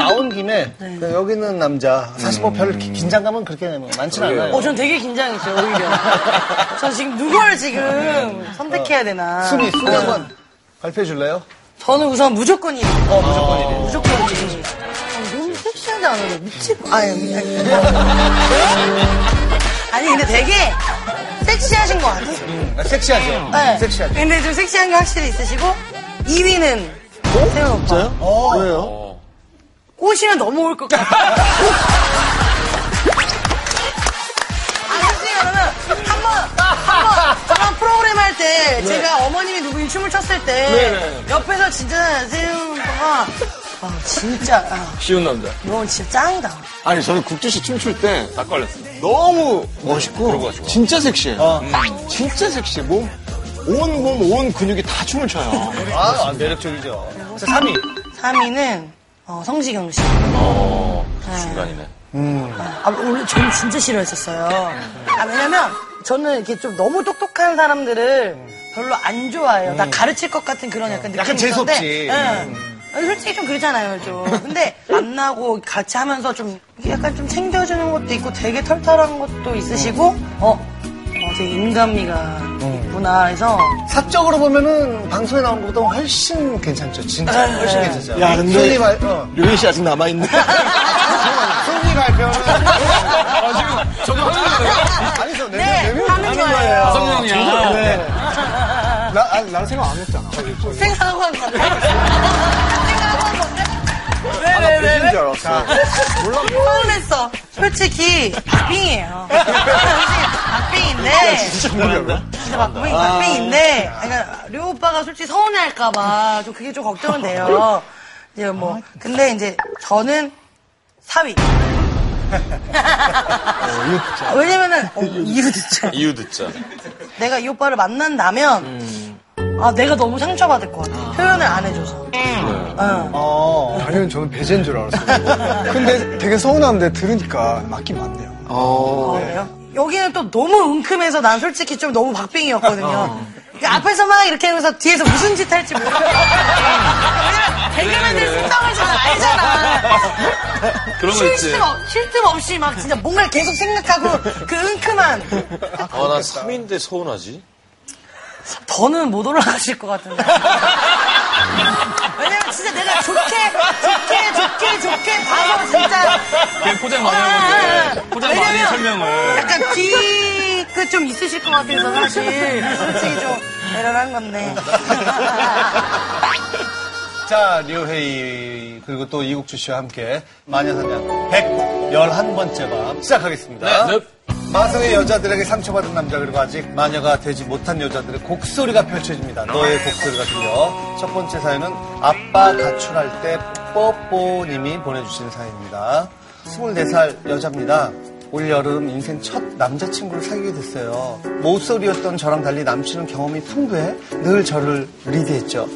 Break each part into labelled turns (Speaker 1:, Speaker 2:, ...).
Speaker 1: 때문에 그 여기 있는 남자 사실 뭐 별 긴장감은 그렇게 뭐 많지는 않아요.
Speaker 2: 어, 전 되게 긴장했어요, 오히려. 전 지금 누굴 지금 선택해야 되나. 그러니까
Speaker 1: 순위
Speaker 2: 뭐
Speaker 1: 순위
Speaker 2: 어.
Speaker 1: 한번 발표해 줄래요?
Speaker 2: 저는 우선 무조건 1위. 어, 무조건 1위. 무조건 1위. 너무 섹시하지 않아요? 미치고. 아니, 아니, 아니. 아니, 근데 되게 섹시하신 것 같아요.
Speaker 1: 아, 섹시하죠.
Speaker 2: 네.
Speaker 1: 섹시하죠.
Speaker 2: 근데 좀 섹시한 게 확실히 있으시고 2위는 세훈 오빠.
Speaker 1: 어, 왜요?
Speaker 2: 꽃이면 넘어올 것 같아. 아, 솔직히 여러분, 한 번, 한 번, 저랑 프로그램 할 때,
Speaker 3: 네.
Speaker 2: 제가 어머님이 누구인 춤을 췄을 때, 옆에서 진짜 세훈 오빠가, 아, 진짜, 아,
Speaker 3: 쉬운 남자.
Speaker 2: 너 진짜 짱이다.
Speaker 3: 아니 저는 국주 씨 춤출 때 딱 걸렸어. 너무 멋있고 진짜 섹시해요. 음. 진짜 섹시해. 몸, 온 몸, 온 근육이 다 춤을 춰요.
Speaker 1: 아, 아, 매력적이죠. 자, 3위.
Speaker 2: 3위는, 어, 성시경 씨.
Speaker 3: 어,
Speaker 4: 중간이네.
Speaker 2: 아, 원래 저는 진짜 싫어했었어요. 아, 왜냐면 저는 이렇게 좀 너무 똑똑한 사람들을 별로 안 좋아해요. 나 가르칠 것 같은 그런 약간 느낌이
Speaker 1: 음. 약간 재수 없지. 음.
Speaker 2: 있었는데, 예. 아니, 솔직히 좀 그렇잖아요, 좀. 근데 만나고 같이 하면서 좀 약간 좀 챙겨주는 것도 있고 되게 털털한 것도 있으시고, 어, 어 되게 인간미가
Speaker 1: 음.
Speaker 2: 있구나 해서
Speaker 1: 사적으로 보면은 방송에 나온 것보다 훨씬 괜찮죠. 진짜 훨씬 괜찮죠.
Speaker 3: 야, 근데-
Speaker 1: 순위 발, 어.
Speaker 3: 류민 씨 아직 남아 있네.
Speaker 1: 순위 발표는
Speaker 4: 저도
Speaker 1: 아니죠. 네,
Speaker 2: 네,
Speaker 1: 네, 네,
Speaker 2: 하는 거예요.
Speaker 4: 성형이야.
Speaker 3: 나, 아, 나는 생각 안 했잖아.
Speaker 2: 생각하고 한 건데. 생각하고 한 건데. 왜, 왜, 왜, 왜?
Speaker 3: 줄 알았어.
Speaker 2: 서운했어. 솔직히 박빙이에요. 솔직히 박빙인데 진짜 아. 박빙 박빙인데 그러니까 류 오빠가 솔직히 서운해할까봐 좀 그게 좀 걱정은 돼요. 이제 뭐 근데 이제 저는 4위. 왜냐면은 어, 이유 듣자.
Speaker 4: 이유 듣자.
Speaker 2: 내가 이 오빠를 만난다면 아 내가 너무 상처받을 것 같아. 표현을 안 해줘서. 응.
Speaker 5: 아, 당연히 저는 배제인 줄 알았어요. 근데 되게 서운한데 들으니까 맞긴 맞네요.
Speaker 4: 어.
Speaker 2: 그래요? 여기는 또 너무 은큼해서 난 솔직히 좀 너무 박빙이었거든요.
Speaker 4: 어.
Speaker 2: 그러니까 앞에서 막 이렇게 하면서 뒤에서 무슨 짓 할지 모르겠어. 개그맨들 심정을 잘 알잖아.
Speaker 4: 네. 그런 거 있지.
Speaker 2: 쉴틈 없- 쉴틈 없이 막 진짜 뭔가를 계속 생각하고 그 은큼한
Speaker 4: 아, 난 3위인데 서운하지?
Speaker 2: 더는 못 올라가실 것 같은데. 왜냐면 진짜 내가 좋게, 좋게, 좋게, 좋게 봐서 진짜. 아,
Speaker 4: 그냥 포장 많이 하고 있는데. 포장 많이
Speaker 2: 왜냐면
Speaker 4: 설명을.
Speaker 2: 약간 뒤끝 좀 있으실 것 같아서 사실. 솔직히 좀 배려를 한 건데.
Speaker 1: 자, 류헤이 그리고 또 이국주 씨와 함께 마녀사냥 111번째 밤 시작하겠습니다.
Speaker 4: 네, 네.
Speaker 1: 마성의 여자들에게 상처받은 남자 그리고 아직 마녀가 되지 못한 여자들의 곡소리가 펼쳐집니다. 너의 곡소리가 들려. 첫 번째 사연은 아빠 가출할 때 뽀뽀님이 보내주신 사연입니다. 24살 여자입니다. 올여름 인생 첫 남자친구를 사귀게 됐어요. 모쏠이었던 저랑 달리 남친은 경험이 풍부해 늘 저를 리드했죠.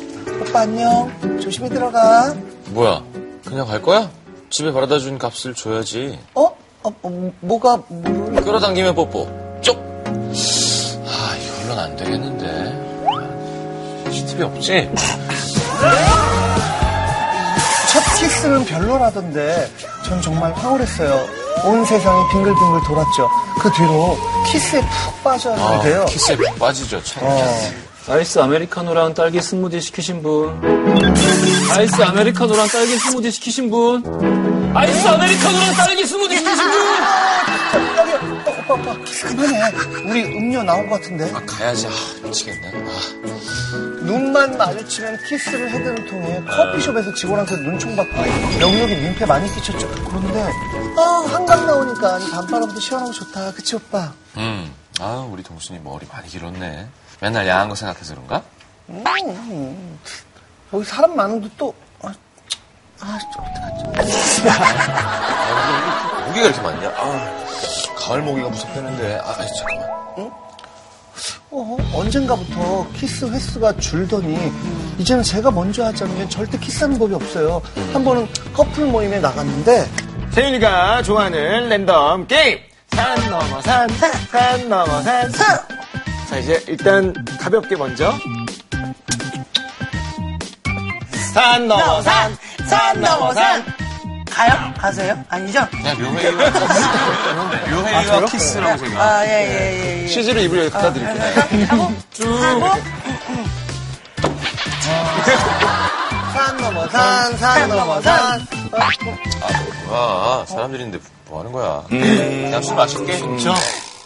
Speaker 1: 오빠 안녕. 조심히 들어가.
Speaker 4: 뭐야? 그냥 갈 거야? 집에 바라다 준 값을 줘야지.
Speaker 1: 어? 어, 어, 뭐가 뭘?
Speaker 4: 끌어당기면 뽀뽀. 쪽! 아, 이거 물론 안 되겠는데. CCTV 없지?
Speaker 1: 첫 키스는 별로라던데 전 정말 황홀했어요. 온 세상이 빙글빙글 돌았죠. 그 뒤로 키스에 푹
Speaker 4: 아,
Speaker 1: 빠졌는데요. 어,
Speaker 4: 키스에 빠지죠, 참.
Speaker 6: 아이스 아메리카노랑 딸기 스무디 시키신 분. 아이스 아메리카노랑 딸기 스무디 시키신 분. 아이스 아메리카노랑 딸기 스무디 시키신 분.
Speaker 1: 여기 오빠 오빠 오빠 키스 그만해. 우리 음료 나온 것 같은데.
Speaker 4: 아, 가야지. 아, 미치겠네. 아,
Speaker 1: 눈만 마주치면 키스를 해드는 통에 커피숍에서 직원한테 그 눈총 받고 영역이 민폐 많이 끼쳤죠. 그런데 아 한강 나오니까 이 밤바람도 시원하고 좋다. 그치 오빠?
Speaker 4: 음. 아, 우리 동순이 머리 많이 길었네. 맨날 야한 거 생각해서 그런가?
Speaker 1: 여기 사람 많은데 또 아, 아 어떡하지?
Speaker 4: 아, 모기가 이렇게 많냐? 아, 가을 모기가 무섭다는데. 아, 아이, 잠깐만.
Speaker 1: 어, 언젠가부터 키스 횟수가 줄더니 이제는 제가 먼저 하자면 절대 키스하는 법이 없어요. 한 번은 커플 모임에 나갔는데
Speaker 3: 세윤이가 좋아하는 랜덤 게임. 산 넘어 산, 산 넘어 산. 자 이제 일단 가볍게 먼저. 산 넘어 산,
Speaker 2: 산 넘어 산. 가요? 가세요? 아니죠?
Speaker 4: 그냥 묘회의와 키스. 묘회의와 키스라고 생각.
Speaker 2: 아, 예, 예, 예. 예.
Speaker 3: CG를 입을 여기 갖다 드릴게요.
Speaker 2: 하고, 하고,
Speaker 1: 산 넘어 산, 산 넘어 산.
Speaker 4: 아, 사람들이 있는데 뭐 하는 거야. 그냥 술 마실게. 진짜?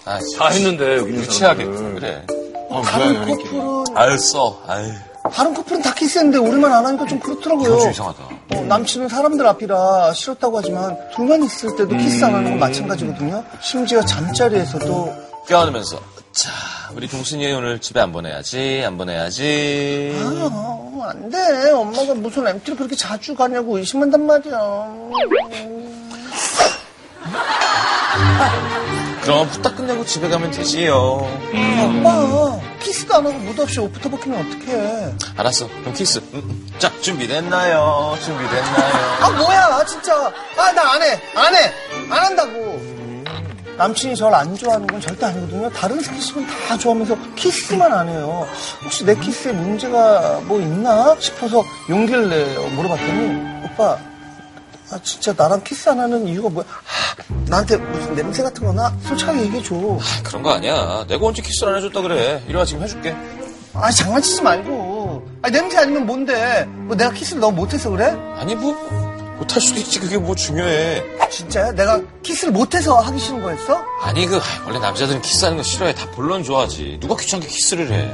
Speaker 4: 아,
Speaker 6: 다 했는데 여기 있는 사람.
Speaker 4: 유치하게. 그래.
Speaker 3: 어,
Speaker 1: 다른
Speaker 3: 뭐야, 이렇게.
Speaker 1: 커플은,
Speaker 4: 아유, 써. 아유,
Speaker 1: 다른 커플은 다 키스했는데 우리만 안 하니까 좀 그렇더라고요.
Speaker 4: 좀 이상하다.
Speaker 1: 어, 남친은 사람들 앞이라 싫었다고 하지만 둘만 있을 때도 키스 안 하는 건 마찬가지거든요. 심지어 잠자리에서도 "어,
Speaker 4: 껴안으면서. 자, 우리 동순이 오늘 집에 안 보내야지, 안 보내야지.
Speaker 1: 아, 안 돼. 엄마가 무슨 MT를 그렇게 자주 가냐고 의심한단 말이야. 음,
Speaker 4: 그럼 후딱 끝내고 집에 가면 되지요.
Speaker 1: 아빠, 키스도 안 하고 무도 없이 옷부터 벗기면 어떡해.
Speaker 4: 알았어. 그럼 키스. 음, 음. 자, 준비됐나요? 준비됐나요?
Speaker 1: 아, 뭐야, 진짜. 아, 나 안 해. 안 해. 안 한다고. 남친이 저를 안 좋아하는 건 절대 아니거든요. 다른 스킨십은 다 좋아하면서 키스만 안 해요. 혹시 내 키스에 문제가 뭐 있나 싶어서 용기를 내어 물어봤더니 오빠, 아 진짜 나랑 키스 안 하는 이유가 뭐야? 하, 나한테 무슨 냄새 같은 거나 솔직하게 얘기해줘.
Speaker 4: 아, 그런 거 아니야. 내가 언제 키스를 안 해줬다 그래. 이리 와, 지금 해줄게.
Speaker 1: 아 장난치지 말고. 아 냄새 아니면 뭔데? 뭐 내가 키스를 너무 못해서 그래?
Speaker 4: 아니, 뭐, 못할 수도 있지. 그게 뭐 중요해.
Speaker 1: 진짜야? 내가 키스를 못해서 하기 싫은 거였어?
Speaker 4: 아니, 그, 아이, 원래 남자들은 키스하는 거 싫어해. 다 본론 좋아하지. 누가 귀찮게 키스를 해.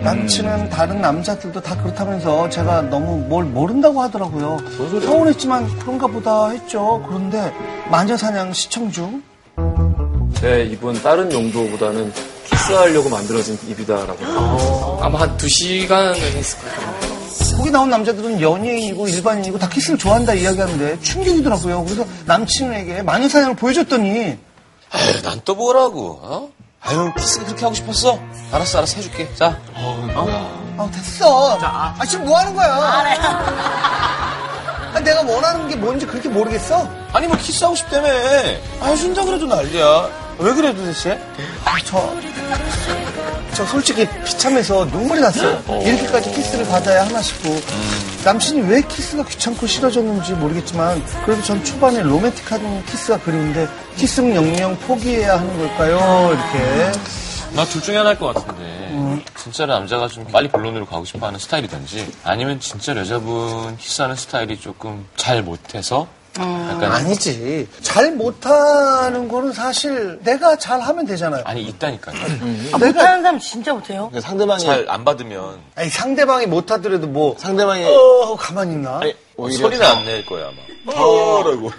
Speaker 1: 남친은 다른 남자들도 다 그렇다면서 제가 너무 뭘 모른다고 하더라고요. 서운했지만 그런가 보다 했죠. 그런데 마녀사냥 시청 중.
Speaker 6: 제 입은 네, 다른 용도보다는 키스하려고 만들어진 입이다라고. 아마 한 두 시간은 했을 거예요.
Speaker 1: 거기 나온 남자들은 연예인이고 일반인이고 다 키스를 좋아한다 이야기하는데 충격이더라고요. 그래서 남친에게 마녀사냥을 보여줬더니
Speaker 4: 아유, 난 또 뭐라고, 어? 아유, 키스가 그렇게 하고 싶었어? 알았어, 알았어, 해줄게. 자, 어?
Speaker 1: 아 됐어. 아 지금 뭐 하는 거야? 아, 내가 원하는 게 뭔지 그렇게 모르겠어?
Speaker 4: 아니, 뭐, 키스하고 싶다며. 아유, 준다 그래도 난리야. 왜 그래, 도대체?
Speaker 1: 아, 저, 저 솔직히 비참해서 눈물이 났어요. 이렇게까지 키스를 받아야 하나 싶고.
Speaker 3: 음.
Speaker 1: 남친이 왜 키스가 귀찮고 싫어졌는지 모르겠지만, 그래도 전 초반에 로맨틱한 키스가 그리운데, 키스는 영영 포기해야 하는 걸까요? 이렇게.
Speaker 4: 나 둘 중에 하나일 것 같은데. 진짜로 남자가 좀 빨리 본론으로 가고 싶어 하는 스타일이든지, 아니면 진짜 여자분 키스하는 스타일이 조금 잘 못해서, 약간, 아니,
Speaker 1: 아니지. 잘 못하는 거는 사실 내가 잘 하면 되잖아요.
Speaker 4: 있다니까요.
Speaker 2: 아, 못하는 사람 진짜 못해요?
Speaker 3: 그러니까 상대방이,
Speaker 4: 잘 안 받으면,
Speaker 1: 아니, 상대방이 못하더라도 뭐,
Speaker 3: 상대방이,
Speaker 1: 어, 가만히 있나?
Speaker 3: 아니, 오히려
Speaker 4: 소리는 안 낼 거야, 아마. 어라고.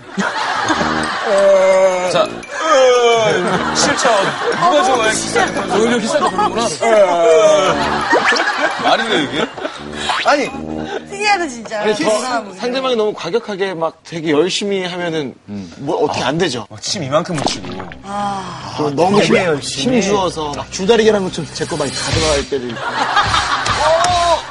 Speaker 4: 자, 실천. 누가 좋아해, 키스하는 거?
Speaker 6: 오히려 키스하는 거구나.
Speaker 4: 말이 돼, 이게?
Speaker 1: 아니,
Speaker 2: 특이하다, 진짜.
Speaker 3: 아니, 더
Speaker 2: 그 사람은.
Speaker 3: 상대방이 너무 과격하게 막 되게 열심히 하면은 뭐 어떻게 안 되죠.
Speaker 4: 침 이만큼은 치고.
Speaker 3: 또 아, 너무 힘,
Speaker 1: 되게 열심히.
Speaker 3: 힘 주어서 아, 막 줄다리기 하는 것처럼 제 거 많이 가져갈 때도 있고.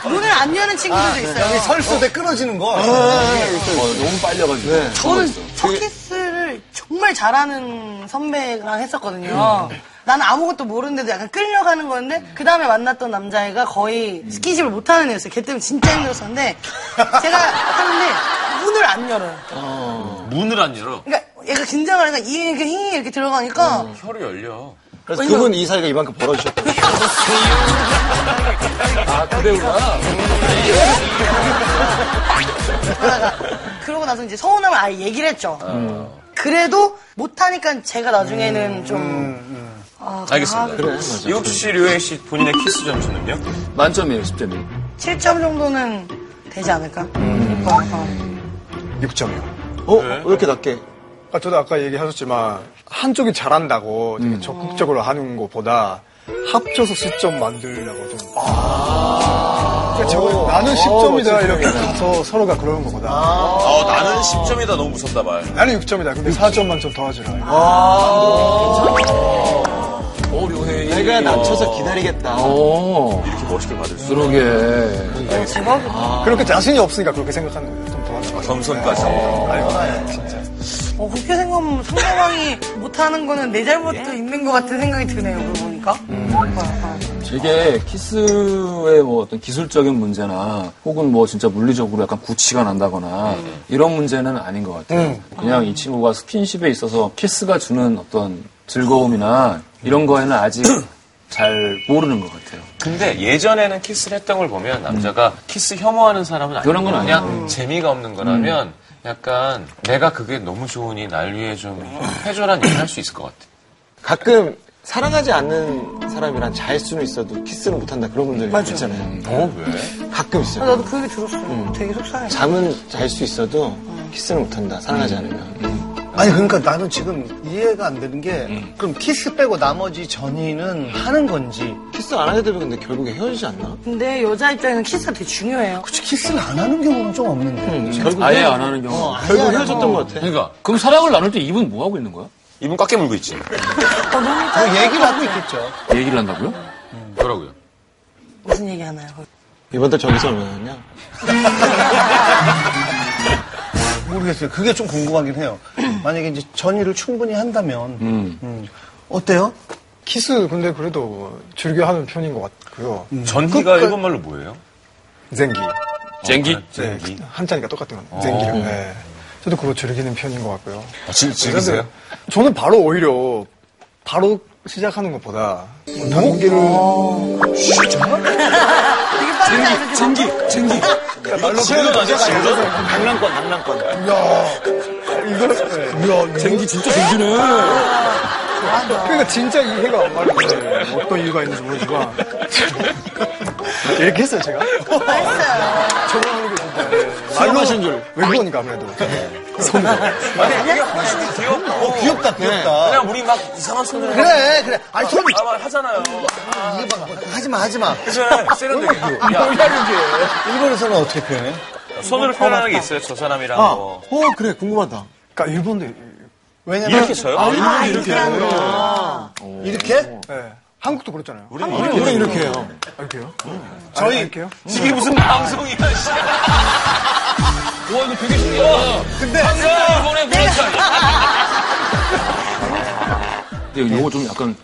Speaker 2: 문을 안 여는 친구들도
Speaker 1: 여기
Speaker 2: 있어요.
Speaker 1: 설수대 끊어지는 거.
Speaker 3: 아, 너무 빨려가지고.
Speaker 2: 저는 첫 키스를 정말 잘하는 선배랑 했었거든요. 난 아무것도 모르는데도 약간 끌려가는 건데 그 다음에 만났던 남자애가 거의 스킨십을 못하는 애였어요. 걔 때문에 진짜 힘들었었는데 제가 하는데 문을 안 열어요.
Speaker 4: 문을 안 열어.
Speaker 2: 그러니까 얘가 긴장을 하니까 이렇게 힝 이렇게 들어가니까
Speaker 4: 혀로 열려.
Speaker 3: 그래서 그분 이 사이가 이만큼 벌어지셨다.
Speaker 6: 아, 그대구나.
Speaker 2: 그러다가 그러고 나서 이제 서운함을 아예 얘기를 했죠. 그래도 못하니까 제가 나중에는 좀 아,
Speaker 4: 알겠습니다.
Speaker 2: 그래.
Speaker 4: 이국 씨, 류혜 씨 본인의 키스 점수는요?
Speaker 6: 만점이에요, 10점이.
Speaker 2: 7점 정도는 되지 않을까? 어, 어.
Speaker 5: 6점이요.
Speaker 3: 어? 왜 이렇게 낮게?
Speaker 5: 아, 저도 아까 얘기하셨지만 한쪽이 잘한다고 되게
Speaker 3: 음.
Speaker 5: 적극적으로 하는 것보다 합쳐서 10점 만들려고 좀.
Speaker 3: 아.
Speaker 5: 그러니까 저거
Speaker 3: 어,
Speaker 5: 나는 10점이다 이렇게 가서 서로가 그러는 것보다
Speaker 4: 아, 나는 10점이다. 너무 무섭다, 말.
Speaker 5: 나는 6점이다. 근데 4점 만점 더하지라.
Speaker 6: 오, 료해.
Speaker 3: 내가 낮춰서 기다리겠다.
Speaker 5: 어.
Speaker 6: 오,
Speaker 4: 이렇게 멋있게 받을 수.
Speaker 6: 어, 그러게.
Speaker 5: 그렇게 자신이 없으니까 그렇게 생각하는 거예요. 좀 더하지.
Speaker 4: 겸손까지.
Speaker 2: 어, 그렇게 생각하면
Speaker 6: 예. 음.
Speaker 2: 상대방이 못하는 거는 내 잘못도 있는 것 같은 생각이 드네요. 그러고 보니까. 어, 어.
Speaker 6: 이게 키스의 뭐 어떤 기술적인 문제나 혹은 뭐 진짜 물리적으로 약간 구취가 난다거나 이런 문제는 아닌 것 같아요. 그냥 이 친구가 스킨십에 있어서 키스가 주는 어떤 즐거움이나 이런 거에는 아직 잘 모르는 것 같아요.
Speaker 4: 근데 예전에는 키스를 했던 걸 보면 남자가 키스 혐오하는 사람은 아니고
Speaker 6: 그런 건
Speaker 4: 그냥 재미가 없는 거라면 약간 내가 그게 너무 좋으니 날 위해 좀 해줘라는 얘기를 할 수 있을 것 같아.
Speaker 3: 가끔 사랑하지 않는 사람이랑 잘 수는 있어도 키스는 못한다 그런 분들
Speaker 5: 음.
Speaker 3: 있잖아요.
Speaker 4: 어, 왜?
Speaker 3: 가끔
Speaker 2: 아,
Speaker 3: 있어요.
Speaker 2: 나도 그 얘기 들었어.
Speaker 6: 음.
Speaker 2: 되게 속상해.
Speaker 3: 잠은 잘 수 있어도
Speaker 5: 음.
Speaker 3: 키스는 못한다 사랑하지 않으면.
Speaker 1: 아니 그러니까 나는 지금 이해가 안 되는 게
Speaker 5: 음.
Speaker 1: 그럼 키스 빼고 나머지 전이는 하는 건지
Speaker 3: 키스 안 하게 되면 근데 결국에 헤어지지 않나?
Speaker 2: 근데 여자 입장에는 키스가 되게 중요해요.
Speaker 1: 혹시 키스를 안 하는 경우는 좀 없는데
Speaker 5: 음.
Speaker 3: 결국
Speaker 6: 네. 아예 안 하는 경우.
Speaker 3: 결국 헤어졌던 것 같아.
Speaker 4: 그러니까
Speaker 6: 그럼 사랑을 나눌 때 이분 뭐 하고 있는 거야?
Speaker 4: 이분 깎게 물고 있지.
Speaker 1: 뭐 얘기를 하고 있겠죠
Speaker 6: 얘기를 한다고요?
Speaker 4: 뭐라고요?
Speaker 2: 무슨 얘기 하나요?
Speaker 3: 이번 달 저기서 얼마냐?
Speaker 1: 모르겠어요 그게 좀 궁금하긴 해요 만약에 이제 전이를 충분히 한다면 음. 어때요?
Speaker 5: 키스 근데 그래도 즐겨 하는 편인 것 같고요.
Speaker 4: 전기가 일본 말로 뭐예요?
Speaker 5: 쟁기.
Speaker 4: 쟁기?
Speaker 6: 아,
Speaker 5: 네,
Speaker 4: 쟁기.
Speaker 5: 한자니까 똑같은 건 쟁기를.
Speaker 3: 어.
Speaker 5: 네. 저도 그거 즐기는 편인 것 같고요.
Speaker 4: 아, 지, 즐기세요?
Speaker 5: 저는 바로 오히려 바로 시작하는 것보다 단계를
Speaker 2: 되게 빠르지 않으세요?
Speaker 6: 쟁기, 쟁기.
Speaker 5: 말로 표현을 안 했어요.
Speaker 3: 장난권, 장난권.
Speaker 4: 어.
Speaker 5: 네.
Speaker 6: 쟁기 진짜 쟁기네.
Speaker 5: 그러니까 진짜 이해가 안 가는 거예요. 어떤 이유가 있는지 모르지만 이렇게 했어요 제가.
Speaker 2: 했어요.
Speaker 5: 저도 모르게 진짜. 말로 하신 줄. 네. 외국어니까 아무래도.
Speaker 1: 어,
Speaker 5: 네.
Speaker 1: 귀엽다 귀엽다
Speaker 4: 그냥 우리 막 이상한 손으로
Speaker 1: 그래 그래 아니 손
Speaker 4: 아, 막 하잖아요.
Speaker 1: 이해봐 하지마 하지마
Speaker 4: 그잖아요. 세련되게. 야,
Speaker 1: 일본에서는 어떻게 표현해?
Speaker 4: 손으로 표현하는 게 있어요. 저 사람이랑
Speaker 3: 아,
Speaker 4: 뭐.
Speaker 3: 어 그래 궁금하다.
Speaker 5: 그러니까 일본도
Speaker 1: 왜냐면
Speaker 4: 이렇게 쳐요?
Speaker 2: 아, 이렇게 하는 거.
Speaker 1: 이렇게?
Speaker 5: 예. 한국도 그렇잖아요.
Speaker 3: 우리 이렇게 해요.
Speaker 5: 이렇게요? 아,
Speaker 1: 저희-
Speaker 5: 이렇게요?
Speaker 4: 이게 무슨 방송이야, 씨.
Speaker 6: 아. 와, 이거 되게 신기하다. 네.
Speaker 1: 근데
Speaker 4: 이번에 뭐
Speaker 6: 근데 이거 좀 약간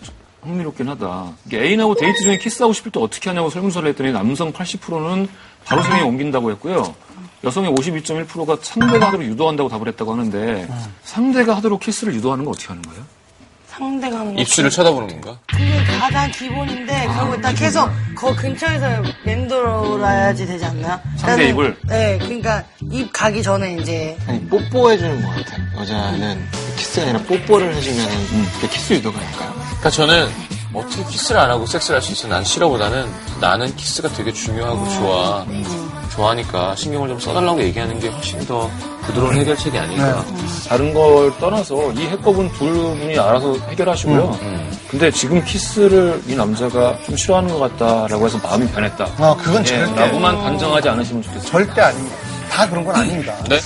Speaker 6: 흥미롭긴 하다. 이게 애인하고 데이트 중에 키스하고 싶을 때 어떻게 하냐고 설문조사를 했더니 남성 80%는 바로 성에 옮긴다고 했고요. 여성의 52.1%가 상대가 하도록 유도한다고 답을 했다고 하는데 상대가 하도록 키스를 유도하는 거 어떻게 하는 거예요?
Speaker 2: 상대가 하는 거.
Speaker 4: 입술을 쳐다보는 건가?
Speaker 2: 그게 가장 기본인데 그러고
Speaker 6: 아.
Speaker 2: 일단 계속 그 근처에서 맴돌아야지 되지 않나?
Speaker 6: 상대 입을?
Speaker 2: 네, 그러니까 입 가기 전에 이제
Speaker 3: 아니 뽀뽀해주는 것 같아. 여자는 키스가 아니라 뽀뽀를 해주면 그 키스 유도가 아닐까요?
Speaker 4: 그러니까 저는 어떻게 키스를 안 하고 섹스를 할 수 있어? 난 싫어보다는 나는 키스가 되게 중요하고 좋아. 좋아하니까 신경을 좀 써달라고 얘기하는 게 훨씬 더 부드러운 해결책이 아닐까.
Speaker 6: 네. 다른 걸 떠나서 이 해법은 두 분이 알아서 해결하시고요. 근데 지금 키스를 이 남자가 좀 싫어하는 것 같다라고 해서 마음이 변했다.
Speaker 1: 아 그건
Speaker 6: 예,
Speaker 1: 절대
Speaker 6: 라고만 단정하지 않으시면 좋겠어요.
Speaker 1: 절대 아닙니다 다 그런 건 아닙니다
Speaker 4: 네?